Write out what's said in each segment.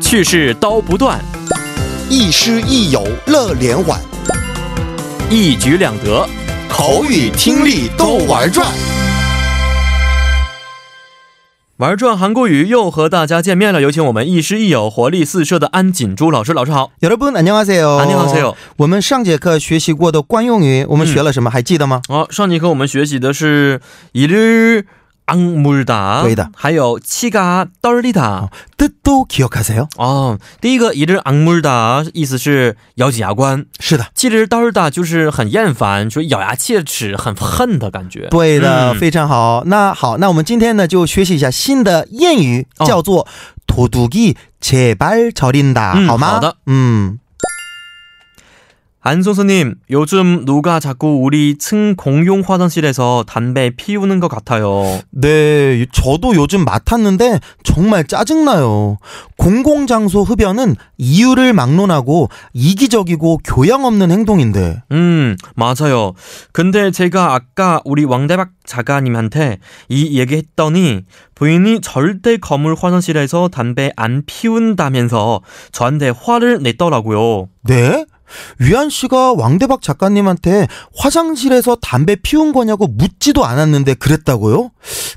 去世刀不断，亦师亦友乐连环，一举两得。口语听力都玩转。玩转韩国语又和大家见面了，有请我们亦师亦友、活力四射的安锦珠老师。老师好， 여러분 안녕하세요. 안녕하세요. 我们上节课学习过的惯用语，我们学了什么？还记得吗？好、哦上节课我们学习的是一日昂姆达，对的还有七嘎刀里达。 뜻도 기억하세요? 哦，第一个一日昂姆达意思是咬紧牙关，是的，七日刀里达就是很厌烦，就是咬牙切齿、很恨的感觉。对的，嗯非常好。那好，那我们今天呢就学习一下新的谚语，哦叫做“도둑이제발저린다”， 嗯好吗？好的，嗯， 안 선생님, 요즘 누가 자꾸 우리 층 공용 화장실에서 담배 피우는 것 같아요. 네, 저도 요즘 맡았는데 정말 짜증나요. 공공장소 흡연은 이유를 막론하고 이기적이고 교양 없는 행동인데. 음, 맞아요. 근데 제가 아까 우리 왕대박 작가님한테 이 얘기했더니 부인이 절대 건물 화장실에서 담배 안 피운다면서 저한테 화를 냈더라고요. 네? 위안 씨가 왕대박 작가님한테 화장실에서 담배 피운 거냐고 묻지도 않았는데 그랬다고요?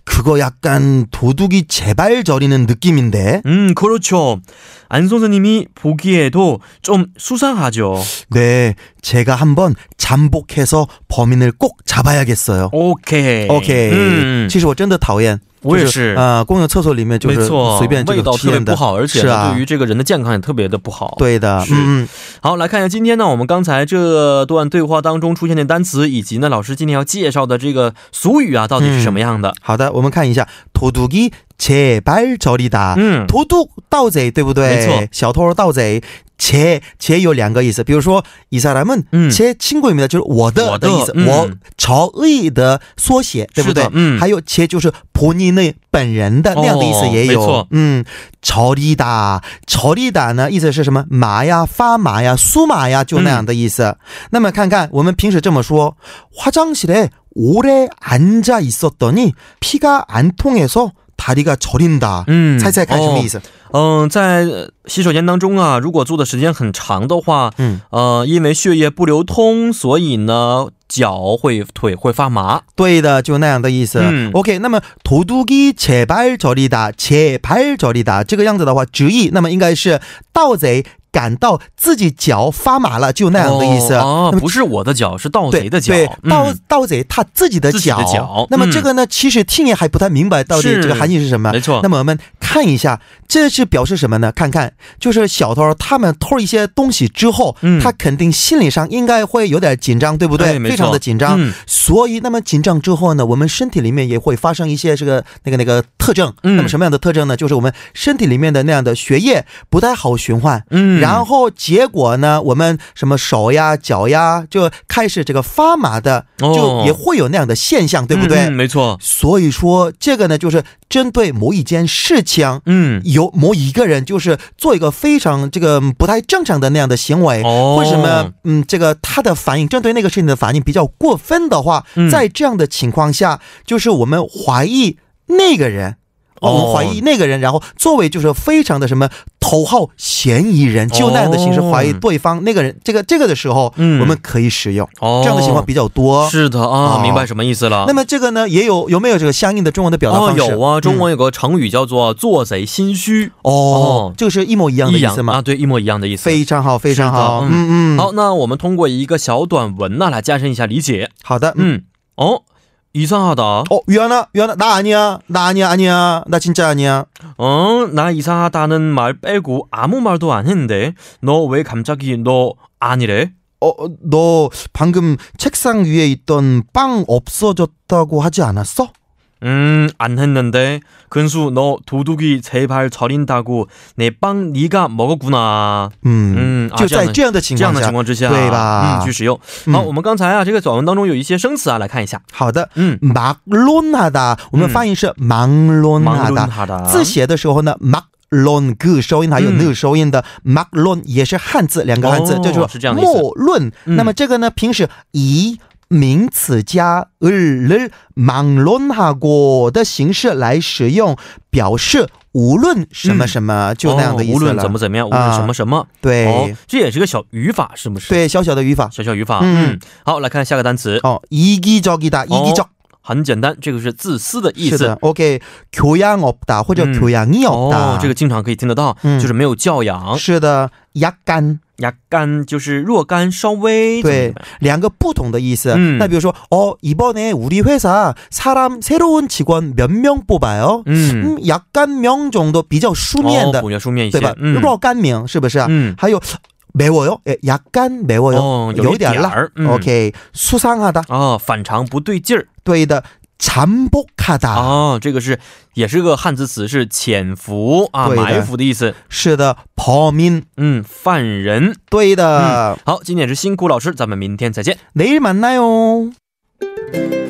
그거 약간 도둑이 제발 저리는 느낌인데. 음, 그렇죠. 안 선생님이 보기에도 좀 수상하죠. 네, 제가 한번 잠복해서 범인을 꼭 잡아야겠어요. 오케이. OK，、嗯其实我真的讨厌，我也就是啊、公有厕所里面就没是错，随便这味个道吸特别烟的不，好，而且是呢啊对于这个人的健康也特别的不好。，对的，是嗯嗯，好，来看一下今天呢，我们刚才这段对话当中出现的单词，以及呢老师今天要介绍的这个俗语啊，到底是什么样的？好的，我们看一下，도둑이제발저리다， 嗯，偷渡盗贼，对不对？没错小偷盗贼。且且有两个意思，比如说以撒咱们嗯且亲闺女的，就是我的我的的意思，嗯我朝义的缩写，对不对是的？嗯还有且就是婆尼内本人的哦那样的意思也有。没错嗯，朝利达，朝利达呢意思是什么？麻呀，发麻呀，酥麻呀，就那样的意思。嗯那么看看我们平时这么说，화장실에오래앉아있었더니피가안통해서다리가저린다。 嗯猜猜看什么意思？思？嗯、在呃洗手间当中啊，如果坐的时间很长的话，嗯，呃，因为血液不流通，所以呢脚会腿会发麻。对的，就那样的意思。嗯 OK，那么도둑이제발저리다제발저리다这个样子的话，直译那么应该是盗贼感到自己脚发麻了，就那样的意思。啊哦，哦那么不是我的脚，是盗对贼的脚。对，盗嗯、盗贼他自己的自己的脚。脚那么嗯这个呢，其实听也还不太明白到底是这个含义是什么。没错那。么我们看一下，这是表示什么呢？看看，就是小偷他们偷一些东西之后，嗯他肯定心理上应该会有点紧张，对不对？哎没错非常的紧张。嗯所以，那么紧张之后呢，我们身体里面也会发生一些这个那个那个特征。嗯那么什么样的特征呢？就是我们身体里面的那样的血液不太好循环。嗯，然后结果呢？我们什么手呀、脚呀，就开始这个发麻的，哦就也会有那样的现象，对不对？嗯嗯没错。所以说，这个呢，就是针对某一件事情，嗯，有某一个人，就是做一个非常这个嗯不太正常的那样的行为。哦，为什么？嗯，这个他的反应针对那个事情的反应比较过分的话，嗯在这样的情况下，就是我们怀疑那个人，哦、我哦们怀疑那个人，然后作为就是非常的什么头号嫌疑人，就那样的形式哦怀疑对方那个人，这个这个的时候，嗯我们可以使用哦，这样的情况比较多。是的啊、哦明白什么意思了。那么这个呢，也有有没有这个相应的中文的表达哦方，式？有啊，中嗯文有个成语叫做“做贼心虚哦哦，这个是一模一”，样的一意样思吗？啊，对，一模一样的意思。非常好，非常好，是的嗯嗯，好，那我们通过一个小短文啊呢来加深一下理解。好的，嗯，嗯。哦哦，이상하다， 어, 유연아, 유연아, 나 아니야, 나 아니야, 아니야, 나 진짜 아니야. 어, 嗯 나 이상하다는 말 빼고 아무 말도 안 했는데 너 왜 갑자기 너 아니래? 어, 너 방금 책상 위에 있던 빵 없어졌다고 하지 않았어? 음, 안 했는데 근수 너 도둑이 제발 저린다고 내 빵 네가 먹었구나. 嗯嗯，啊就这样在的这样的情这样况的下情，况之下，对吧嗯，去使用。嗯好，我们刚才啊这个短文当中有一些生词啊，来看一下。好的，嗯， 막론하다，我们嗯发音是忙论忙 하다 论。哈达字写的时候呢，马论个收音还有啊嗯那收音的马论也是汉字，两个汉字，哦这就是这样的意思莫论。嗯那么这个呢，平时以名词加 을을 막론하고 的形式来使用，表示无论什么什么，就那样的意嗯哦无思论了。怎么怎么样，无论啊什么什么，对、哦，这也是个小语法，是不是？，对，小小的语法小小语法。嗯嗯，好，来看下个单词，哦，이기적이다이기적。 很简单，这个哦是自私的意是的思。 ，OK，교양없다或者嗯 교양이없다、 哦，这个经常可以听得到，嗯就是没有教养，是的，약간 牙干就是若干，稍微怎对么怎么样两个不同的意思。嗯那比如说，哦， 어, 이번에우리회사사람새로운직원몇 명뽑아요。 嗯，嗯，약간명정도 뭐, 比较书面的，哦、比较书面一些对吧？，啊嗯若干名是不是？嗯，还有 아, 매워요，哎，약간매워요， 哦，一点点辣。儿、嗯、 OK，수상하다， 哦，反常不对劲儿对的，잠복하다， 哦，这个是也是个汉字词，是潜伏啊、对的埋伏的意思。是的，범인， 嗯，犯人。对的。 음. 好，今天也是辛苦老师，咱们明天再见。 내일만나요